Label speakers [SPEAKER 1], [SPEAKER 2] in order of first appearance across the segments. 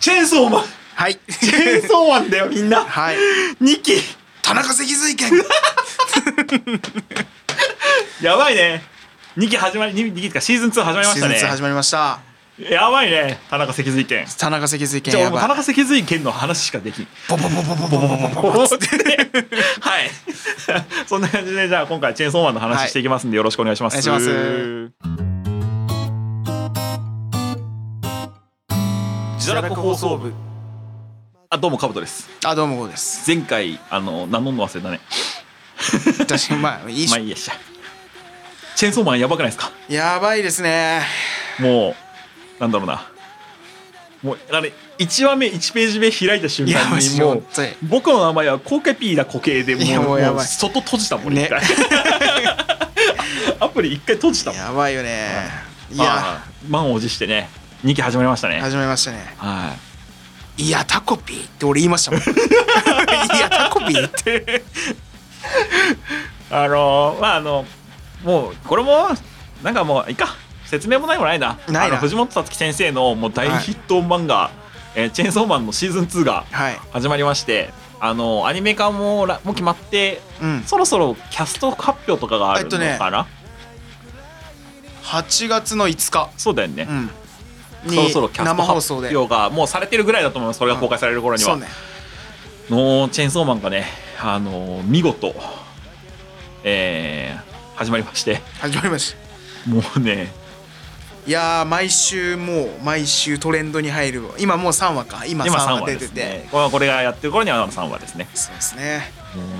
[SPEAKER 1] チェーンソーマン
[SPEAKER 2] はい。
[SPEAKER 1] チェーンソーマンだよみんな
[SPEAKER 2] はい。
[SPEAKER 1] 2期
[SPEAKER 2] 田中脊髄剣。
[SPEAKER 1] やばいね2期始まり 2, 期ってかシーズン2始まりま
[SPEAKER 2] シ
[SPEAKER 1] し
[SPEAKER 2] ーズ
[SPEAKER 1] た
[SPEAKER 2] ン2
[SPEAKER 1] ね
[SPEAKER 2] 始まりました。
[SPEAKER 1] やばいね田中脊髄剣
[SPEAKER 2] 田中脊髄
[SPEAKER 1] じ
[SPEAKER 2] 剣
[SPEAKER 1] ゃあ
[SPEAKER 2] や
[SPEAKER 1] 俺も田
[SPEAKER 2] ばい。
[SPEAKER 1] 中脊髄剣の話しかできん
[SPEAKER 2] ボボボボボボボボボボボ。
[SPEAKER 1] はい そんな感じでじゃあ今回チェーンソーマンの話していきますんでよろしくお願いします、
[SPEAKER 2] お願いします
[SPEAKER 1] 自堕落放送部あどうもカブトです
[SPEAKER 2] あ、どうもこうです。
[SPEAKER 1] 前回あの名乗るの忘れたね
[SPEAKER 2] 私、まあ、いい
[SPEAKER 1] まあ
[SPEAKER 2] し。
[SPEAKER 1] いいやっしゃチェーンソーマンやばくないですか
[SPEAKER 2] やばいですね。
[SPEAKER 1] もうなんだろうなもうあれ1話目1ページ目開いた瞬
[SPEAKER 2] いや、
[SPEAKER 1] 間
[SPEAKER 2] マ
[SPEAKER 1] に
[SPEAKER 2] ジ
[SPEAKER 1] も
[SPEAKER 2] 本
[SPEAKER 1] う
[SPEAKER 2] 当に。
[SPEAKER 1] 僕の名前はコケピーだコケでも
[SPEAKER 2] いや
[SPEAKER 1] う
[SPEAKER 2] もうやばい
[SPEAKER 1] もう外閉じたもん
[SPEAKER 2] ね
[SPEAKER 1] 一回 アプリ一回閉じたもん
[SPEAKER 2] やばいよね。い
[SPEAKER 1] まあ
[SPEAKER 2] や、
[SPEAKER 1] 満を持してね2期始まりましたねはい
[SPEAKER 2] 始まりましたね。いや、タコピーって俺言いました もん。いや、タコピーって。
[SPEAKER 1] あのーまああのもうこれもなんかもういいか説明もないもないな
[SPEAKER 2] ない
[SPEAKER 1] あの
[SPEAKER 2] な
[SPEAKER 1] 藤本さつき先生のもう大ヒット漫画、えーチェーンソーマン」のシーズン2が
[SPEAKER 2] はい。
[SPEAKER 1] 始まりましてあのアニメ化もらもう決まって
[SPEAKER 2] うん。
[SPEAKER 1] そろそろキャスト発表とかがあるのかな、
[SPEAKER 2] えっと8月の5日。
[SPEAKER 1] そうだよね、
[SPEAKER 2] うん。
[SPEAKER 1] そろそろキャスト
[SPEAKER 2] 生放
[SPEAKER 1] 発
[SPEAKER 2] 送で。
[SPEAKER 1] 表がもうされてるぐらいだと思いますそれが公開される頃には、
[SPEAKER 2] そうね。
[SPEAKER 1] のチェーンソーマンがね、あのー見事、えー始まりまして
[SPEAKER 2] 始まりました。
[SPEAKER 1] もうね
[SPEAKER 2] いやー毎週もう毎週トレンドに入る今もう3話か今3
[SPEAKER 1] 今3
[SPEAKER 2] 話
[SPEAKER 1] 話
[SPEAKER 2] 出
[SPEAKER 1] で
[SPEAKER 2] て
[SPEAKER 1] す
[SPEAKER 2] て、
[SPEAKER 1] ねこれこれがやってる頃には3話ですね
[SPEAKER 2] そうですね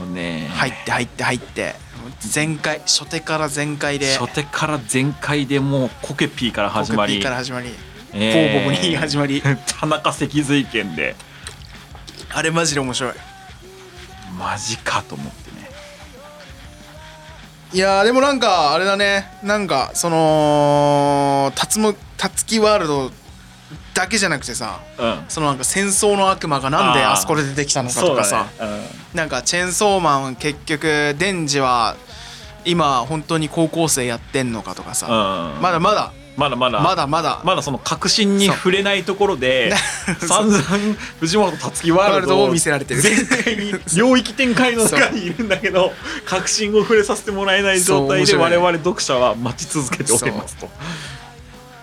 [SPEAKER 1] もうね
[SPEAKER 2] 入って入って入って全開初手から全開で
[SPEAKER 1] 初手から全開でもうコケピーから始ま
[SPEAKER 2] コクピ
[SPEAKER 1] り
[SPEAKER 2] ーから始まり、
[SPEAKER 1] えー
[SPEAKER 2] ボーボボに始まり
[SPEAKER 1] 田中脊髄剣で
[SPEAKER 2] あれマジで面白い
[SPEAKER 1] マジかと思ってね
[SPEAKER 2] いやーでもなんかあれだねなんかそのたつむたつきワールドだけじゃなくてさ
[SPEAKER 1] うん
[SPEAKER 2] そのなんか戦争の悪魔がなんで
[SPEAKER 1] あー
[SPEAKER 2] あそこで出てきたのかとかさ、
[SPEAKER 1] そうだね
[SPEAKER 2] なんかチェーンソーマン結局デンジは今本当に高校生やってんのかとかさ、
[SPEAKER 1] うん、うん
[SPEAKER 2] まだまだ
[SPEAKER 1] まだまだ
[SPEAKER 2] まだまだ
[SPEAKER 1] まだその確信に触れないところで 散々藤本たつきワ
[SPEAKER 2] ワ
[SPEAKER 1] ー
[SPEAKER 2] ー
[SPEAKER 1] ル
[SPEAKER 2] ル
[SPEAKER 1] ド
[SPEAKER 2] ド
[SPEAKER 1] を
[SPEAKER 2] を見せられてる
[SPEAKER 1] 全体に領域展開の中にいるんだけど確信を触れさせてもらえない状態で
[SPEAKER 2] そう面
[SPEAKER 1] 我
[SPEAKER 2] 白いね
[SPEAKER 1] 々読者は待ち続けておりますと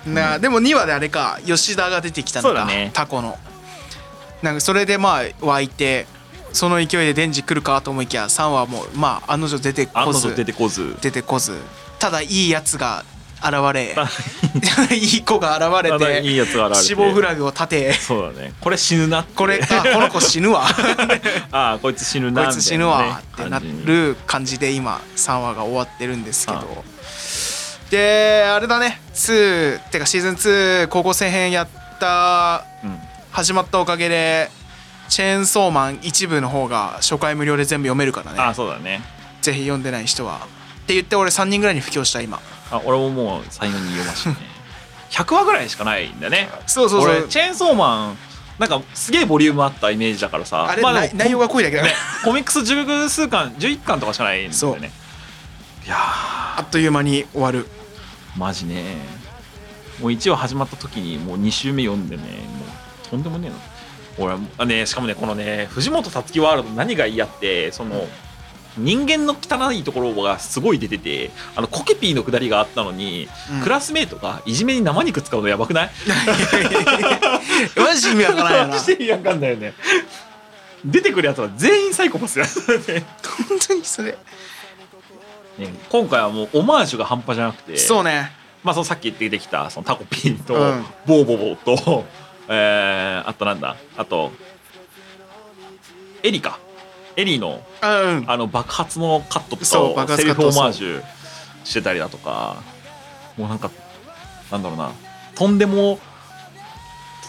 [SPEAKER 2] なでも2話であれか吉田が出てきたの
[SPEAKER 1] そうだ
[SPEAKER 2] か、
[SPEAKER 1] ね
[SPEAKER 2] タコのなんかそれでまあ湧いてその勢いでデンジ来るかと思いきや3話もまあ案の定出て
[SPEAKER 1] 案
[SPEAKER 2] こ
[SPEAKER 1] の
[SPEAKER 2] ず
[SPEAKER 1] 定出てこず
[SPEAKER 2] 出てこずただいいやつが現れ
[SPEAKER 1] た
[SPEAKER 2] いい子が現れ
[SPEAKER 1] ただい
[SPEAKER 2] て
[SPEAKER 1] いやつが現れて
[SPEAKER 2] 死亡フラグを立て
[SPEAKER 1] そうだねこれ死ぬなって
[SPEAKER 2] これあこの子死ぬわ
[SPEAKER 1] ああこいつ死ぬ
[SPEAKER 2] こ
[SPEAKER 1] ないみたいなね
[SPEAKER 2] つ死ぬわって
[SPEAKER 1] 感
[SPEAKER 2] な
[SPEAKER 1] じに
[SPEAKER 2] る感じで今3話が終わってるんですけどであれだね2ってかシーズン2高校生編やった
[SPEAKER 1] うん
[SPEAKER 2] 始まったおかげでチェーンソーマン一部の方が初回無料で全部読めるから
[SPEAKER 1] あ
[SPEAKER 2] ね
[SPEAKER 1] あそうだね
[SPEAKER 2] ぜひ読んでない人はって言って俺3人ぐらいに布教した今
[SPEAKER 1] あ俺ももう最後に読ま してね100話ぐらいしかないんだね
[SPEAKER 2] そうそうそ
[SPEAKER 1] 俺
[SPEAKER 2] う
[SPEAKER 1] チェーンソーマンなんかすげえボリュームあったイメージだからさ
[SPEAKER 2] あれ、
[SPEAKER 1] までも
[SPEAKER 2] 内内容が濃いだけだから
[SPEAKER 1] コミックス10数巻11巻とかしかないんだよねいやー
[SPEAKER 2] あっという間に終わる
[SPEAKER 1] マジねもう1話始まった時にもう2週目読んでねもうとんでもねえな俺はあねしかもねこのね藤本さつきワールド何が嫌ってその人間の汚いところがすごい出ててあのコケピーのくだりがあったのに、
[SPEAKER 2] うん
[SPEAKER 1] クラスメートがいじめに生肉使うのやばくない
[SPEAKER 2] マジ意味わからん やな
[SPEAKER 1] マジで意味わかんないよね出てくるやつは全員サイコパスや、ね、
[SPEAKER 2] 本当にそれ
[SPEAKER 1] 今回はもうオマージュが半端じゃなくて
[SPEAKER 2] そうね
[SPEAKER 1] まあ、そのさっき出てきたそのタコピーと、
[SPEAKER 2] うん
[SPEAKER 1] ボーボボと、 えー、あとなんだあとエリかエリの
[SPEAKER 2] うん
[SPEAKER 1] あの爆発のカット
[SPEAKER 2] そう
[SPEAKER 1] と
[SPEAKER 2] 爆
[SPEAKER 1] かを
[SPEAKER 2] 発
[SPEAKER 1] セ
[SPEAKER 2] カ
[SPEAKER 1] リ
[SPEAKER 2] ット
[SPEAKER 1] フオマージュしてたりだとかもうなんかなんだろうなとんでも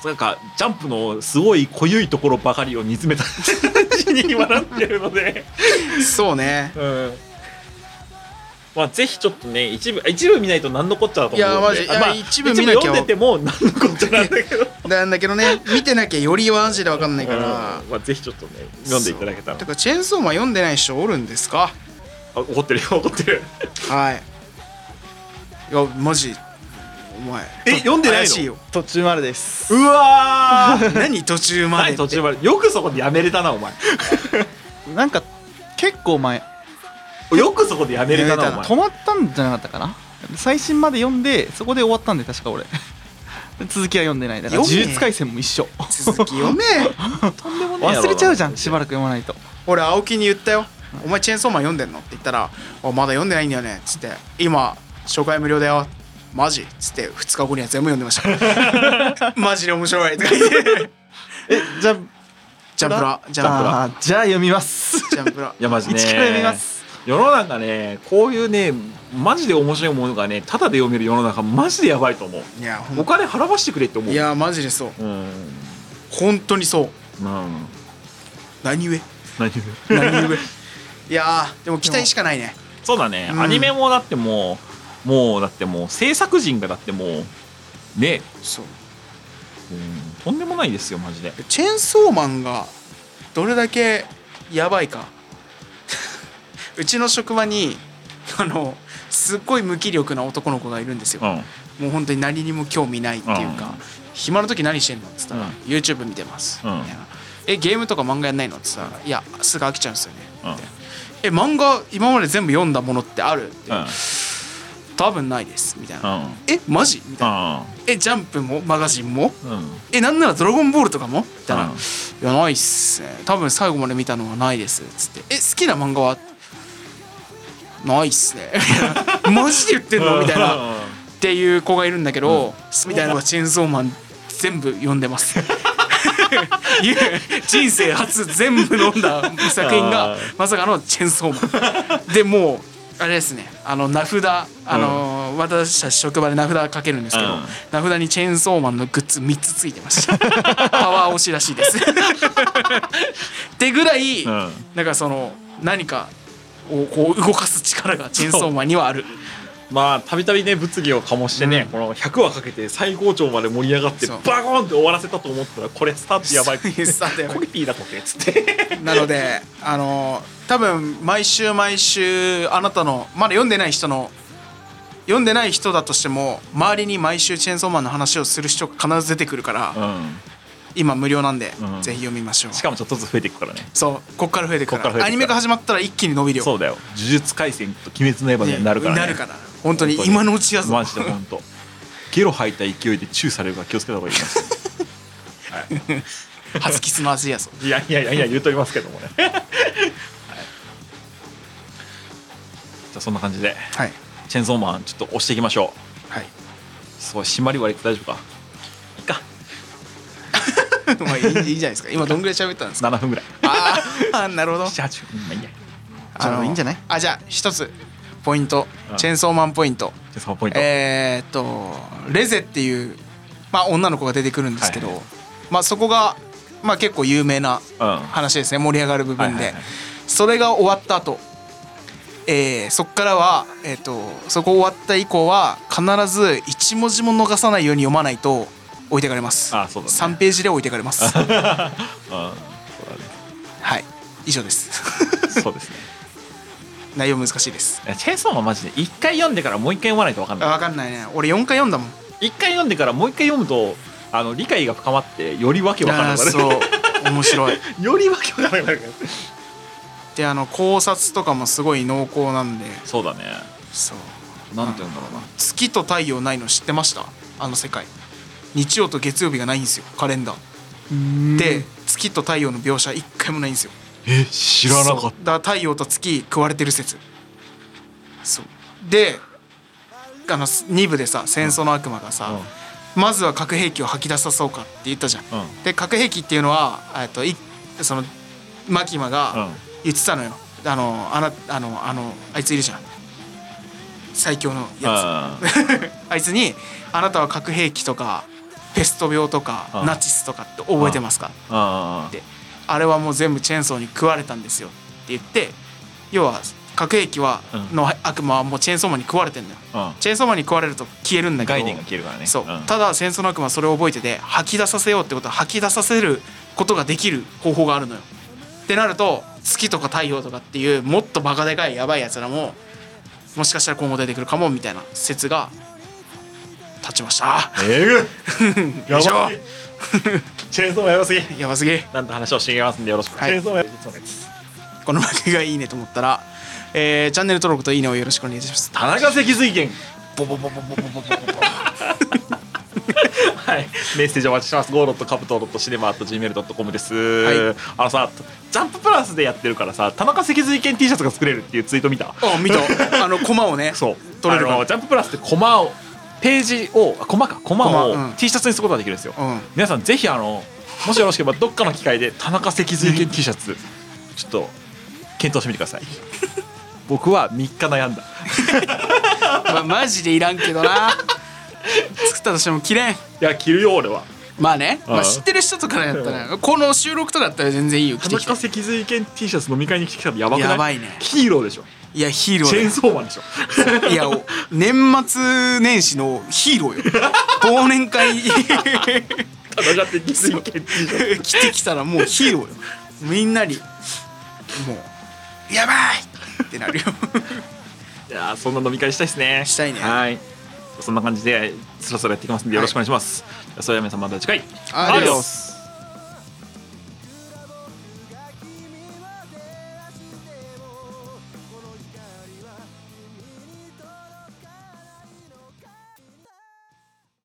[SPEAKER 1] なんかジャンプのすごい濃ゆいところばかりを煮詰めた感じに今なってるので。
[SPEAKER 2] そうね
[SPEAKER 1] うんまあぜひちょっとね一部一部見ないと何のこっちゃだと思うんで
[SPEAKER 2] いやマジいや
[SPEAKER 1] まあ、
[SPEAKER 2] 一部見なきゃ
[SPEAKER 1] 読んでても何のこっちゃなんだ けど
[SPEAKER 2] なんだけどね見てなきゃよりマジでわかんないか
[SPEAKER 1] う
[SPEAKER 2] ら
[SPEAKER 1] んまあぜひちょっとね読んでいただけたら
[SPEAKER 2] てかチェーンソーマン読んでない人おるんですか
[SPEAKER 1] あ怒ってるよ怒ってる
[SPEAKER 2] はいいやマジ前
[SPEAKER 1] え読んでないの
[SPEAKER 2] 怪しいよ
[SPEAKER 3] 途中までです
[SPEAKER 1] うわー
[SPEAKER 2] 何途中 まで
[SPEAKER 1] 何
[SPEAKER 2] って
[SPEAKER 1] 途中までよくそこでやめれたなお前
[SPEAKER 3] なんか結構前
[SPEAKER 1] よくそこでやめれたな
[SPEAKER 2] や
[SPEAKER 1] お
[SPEAKER 2] め
[SPEAKER 1] 前
[SPEAKER 3] 止まったんじゃなかったかな最新まで読んでそこで終わったんで確か俺 続きは読んでないだから
[SPEAKER 2] 読
[SPEAKER 3] 呪
[SPEAKER 2] め
[SPEAKER 3] 術廻戦も一緒
[SPEAKER 2] 続き読め
[SPEAKER 1] とんでもねえやろ
[SPEAKER 3] 忘れちゃうじゃんしばらく読まないと
[SPEAKER 2] 俺青木に言ったよ「お前チェーンソーマン読んでんの?」って言ったら「あまだ読んでないんだよね」っつって「今初回無料だよ」マジっつって2日後には全部読んでました マジで面白いとか言って
[SPEAKER 3] えじゃあ
[SPEAKER 2] ジャンプラジャンプラ
[SPEAKER 3] あーじゃあ読みます
[SPEAKER 2] ジャンプラ
[SPEAKER 1] いやマジね
[SPEAKER 3] 一から読みます
[SPEAKER 1] 世の中ねこういうねマジで面白いものがねただで読める世の中マジでやばいと思う
[SPEAKER 2] いやほ
[SPEAKER 1] お
[SPEAKER 2] ん
[SPEAKER 1] 金払わしてくれって思う
[SPEAKER 2] いやマジでそう
[SPEAKER 1] うん
[SPEAKER 2] 本当にそう
[SPEAKER 1] まあ
[SPEAKER 2] 何故
[SPEAKER 1] 何
[SPEAKER 2] 何故 いやーでも期待しかないね
[SPEAKER 1] そうだね、
[SPEAKER 2] うん
[SPEAKER 1] アニメもだってもうもうだってもう制作人がだってもうね、
[SPEAKER 2] そう
[SPEAKER 1] うんとんでもないですよマジで
[SPEAKER 2] チェーンソーマンがどれだけやばいか うちの職場にあのすっごい無気力な男の子がいるんですよ
[SPEAKER 1] う、んうん
[SPEAKER 2] もう本当に何にも興味ないっていうか、
[SPEAKER 1] うん
[SPEAKER 2] 暇の時何してんのっつったら、
[SPEAKER 1] うん
[SPEAKER 2] YouTube 見てます、
[SPEAKER 1] うん
[SPEAKER 2] みたいなえゲームとか漫画やんないのっつったらいやすぐ飽きちゃうんですよね、
[SPEAKER 1] うん
[SPEAKER 2] え漫画今まで全部読んだものってあるって、
[SPEAKER 1] うん
[SPEAKER 2] 多分ないですみたいな、
[SPEAKER 1] うん
[SPEAKER 2] えマジみたいな、えジャンプもマガジンもえなんなら「ドラゴンボール」とかも?」みたいな「
[SPEAKER 1] うん
[SPEAKER 2] いやないっすね多分最後まで見たのはないです」つって「え好きな漫画は?」ないっすねみたいなマジで言ってんのみたい なっ
[SPEAKER 1] な
[SPEAKER 2] ていう子がいるんだけど、みたいなのがチェーンソーマン全部読んでます いう人生初全部飲んだ作品
[SPEAKER 1] あ
[SPEAKER 2] が
[SPEAKER 1] ー
[SPEAKER 2] まさかのチェーンソーマンでもうあれですねあの名札あの、私たち職場で名札かけるんですけど、
[SPEAKER 1] うん
[SPEAKER 2] 名札にチェーンソーマンのグッズ3つついてました パワー推しらしいですってぐらい、
[SPEAKER 1] うん
[SPEAKER 2] なんかその何かをこう動かす力がチェーンソーマンにはある
[SPEAKER 1] まあたびたびね物議を醸してね、この100話かけて最高潮まで盛り上がって
[SPEAKER 2] そう
[SPEAKER 1] バコーンって終わらせたと思ったらこれスタート やばい
[SPEAKER 2] スタートやばい
[SPEAKER 1] コピーだこけっつって
[SPEAKER 2] なのであの多分毎週毎週あなたのまだ読んでない人の読んでない人だとしても周りに毎週チェーンソーマンの話をする人が必ず出てくるから、今無料なんで、
[SPEAKER 1] うん
[SPEAKER 2] ぜひ読みましょう
[SPEAKER 1] しかもちょっとずつ増えていくからね
[SPEAKER 2] そうこっから増えてくから
[SPEAKER 1] こっから増えてくから
[SPEAKER 2] アニメが始まったら一気に伸びるよ
[SPEAKER 1] そうだよ呪術廻戦と鬼滅の刃
[SPEAKER 2] ね
[SPEAKER 1] になるから、ね、
[SPEAKER 2] なるから本当に今のうちやぞ
[SPEAKER 1] マジで本当ゲロ吐いた勢いでチューされるから気をつけた方がいいです
[SPEAKER 2] 初キスの味やぞ
[SPEAKER 1] いやいやいやいや言うとりますけどもね、 はい、じゃあそんな感じで
[SPEAKER 2] はい
[SPEAKER 1] チェーンソーマンちょっと押していきましょ
[SPEAKER 2] はい
[SPEAKER 1] うそう締まり割れて大丈夫かいいか
[SPEAKER 2] まあいいいいじゃないですか今どんぐらい喋った んですか
[SPEAKER 1] 7分ぐらい
[SPEAKER 2] あーあーなるほど
[SPEAKER 1] 78分まあいいや
[SPEAKER 3] じゃあいいんじゃない
[SPEAKER 2] あじゃあ一つポイント
[SPEAKER 1] うん
[SPEAKER 2] チェーンソーマンポイント、
[SPEAKER 1] じゃあそのポイント、
[SPEAKER 2] えーっとレゼっていう、まあ、女の子が出てくるんですけど、
[SPEAKER 1] はいは
[SPEAKER 2] まあ、そこが、まあ、結構有名な
[SPEAKER 1] うん
[SPEAKER 2] 話ですね盛り上がる部分で、
[SPEAKER 1] はいはいはい
[SPEAKER 2] それが終わった後、えーそっからは、えー、とそこ終わった以降は必ず一文字も逃さないように読まないと置いてかれます
[SPEAKER 1] あそうだね
[SPEAKER 2] 3ページで置いてかれますは
[SPEAKER 1] うん そうだね
[SPEAKER 2] い以上です
[SPEAKER 1] そうですね
[SPEAKER 2] 内容難しいです
[SPEAKER 1] いやチェーンソーマンマジで一回読んでからもう一回読まないと分かんない
[SPEAKER 2] 分かんないね俺4回読んだもん
[SPEAKER 1] 一回読んでからもう一回読むとあの理解が深まってよりわけわから
[SPEAKER 2] あ
[SPEAKER 1] なく
[SPEAKER 2] ー
[SPEAKER 1] なる
[SPEAKER 2] そう面白い
[SPEAKER 1] よりわけわからなくなる
[SPEAKER 2] であの考察とかもすごい濃厚なんで
[SPEAKER 1] そうだね
[SPEAKER 2] そう
[SPEAKER 1] なんて言うんだろうな
[SPEAKER 2] 月と太陽ないの知ってましたあの世界日曜と月曜日がないんですよカレンダーで月と太陽の描写一回もないんですよ
[SPEAKER 1] え知らなかっ
[SPEAKER 2] そうだから太陽と月食われてる説そうであの2部でさ戦争の悪魔がさ、まずは核兵器を吐き出さそうかって言ったじゃん、
[SPEAKER 1] うん
[SPEAKER 2] で核兵器っていうのはえっといそのマキマ
[SPEAKER 1] たう
[SPEAKER 2] が
[SPEAKER 1] ん
[SPEAKER 2] 言ってたのよ、あのあなあのあのあいついるじゃん最強のやつ
[SPEAKER 1] あ
[SPEAKER 2] あいつに「あなたは核兵器とかペスト病とか
[SPEAKER 1] うん
[SPEAKER 2] ナチスとかって覚えてますか?」
[SPEAKER 1] ーあ
[SPEAKER 2] って「あれはもう全部チェーンソーに食われたんですよ」って言って要は核兵器は
[SPEAKER 1] うん
[SPEAKER 2] の悪魔はもうチェーンソーマンに食われてんだよ。
[SPEAKER 1] ー
[SPEAKER 2] チェーンソーマンに食われると消えるん
[SPEAKER 1] う
[SPEAKER 2] だ
[SPEAKER 1] ん
[SPEAKER 2] けど
[SPEAKER 1] 概念が消えるからね
[SPEAKER 2] そう、
[SPEAKER 1] ん
[SPEAKER 2] ただ戦争の悪魔はそれを覚えてて吐き出させようってことは吐き出させることができる方法があるのよ。ってなると月とか太陽とかっていうもっとバカでかいやばいやつらももしかしたら今後出てくるかもみたいな説が立経ちました
[SPEAKER 1] えぐや
[SPEAKER 2] 以
[SPEAKER 1] ば
[SPEAKER 2] 上
[SPEAKER 1] すぎチェーンソーマンやばすぎ
[SPEAKER 2] やばすぎ
[SPEAKER 1] なんと話をしていきますんでよろしく、
[SPEAKER 2] はい
[SPEAKER 1] チェーンソーマンやばすぎそうです
[SPEAKER 2] この番組がいいねと思ったら、えーチャンネル登録といいねをよろしくお願いします
[SPEAKER 1] 田中赤髄剣
[SPEAKER 2] ボボボボボボボボボ
[SPEAKER 1] はい、メッセージお待ちしてます。ゴーロットカブトロットシネマアット gmail.com です、
[SPEAKER 2] い
[SPEAKER 1] あのさ、ジャンププラスでやってるからさ、田中赤髄犬 T シャツが作れるっていうツイート見た。
[SPEAKER 2] あ見たあのコマをね
[SPEAKER 1] そう、
[SPEAKER 2] 取れる
[SPEAKER 1] あ
[SPEAKER 2] か
[SPEAKER 1] のジャンププラスってコマを、ページを、あコマか、コ
[SPEAKER 2] コ
[SPEAKER 1] マ
[SPEAKER 2] マ
[SPEAKER 1] を
[SPEAKER 2] うん
[SPEAKER 1] T シャツにすることができるんですよ。
[SPEAKER 2] らうん
[SPEAKER 1] 皆さんぜひあの、もしよろしければどっかの機会で田中赤髄犬 T シャツ、ちょっと検討してみてくださ い。僕は3日悩んだ。
[SPEAKER 2] まマジでいらんけどな作ったとしてもきれん
[SPEAKER 1] いや、着るよ俺は。
[SPEAKER 2] まあね、ま
[SPEAKER 1] う
[SPEAKER 2] あ、
[SPEAKER 1] ん
[SPEAKER 2] 知ってる人とかやったらこの収録とかだったら全然いいよ来
[SPEAKER 1] 田
[SPEAKER 2] てき
[SPEAKER 1] 中
[SPEAKER 2] て
[SPEAKER 1] 赤髄犬 T シャツ飲み会に来てきたのやばくない
[SPEAKER 2] やばいね
[SPEAKER 1] ヒーローでしょ。
[SPEAKER 2] いやヒーロ
[SPEAKER 1] チェーン
[SPEAKER 2] ー
[SPEAKER 1] ソーマン でしょ。
[SPEAKER 2] だよいやお年末年始のヒーローよ忘年会
[SPEAKER 1] 戦って実現決定
[SPEAKER 2] 来てきたらもうヒーローよみんなにもうやばいってなるよ
[SPEAKER 1] いやーそんな飲み会したいですね
[SPEAKER 2] したいね
[SPEAKER 1] はいそんな感じでそろそろやっていきますんでよろしくお願いします、それでは皆さんまた次回
[SPEAKER 2] アディオス
[SPEAKER 1] す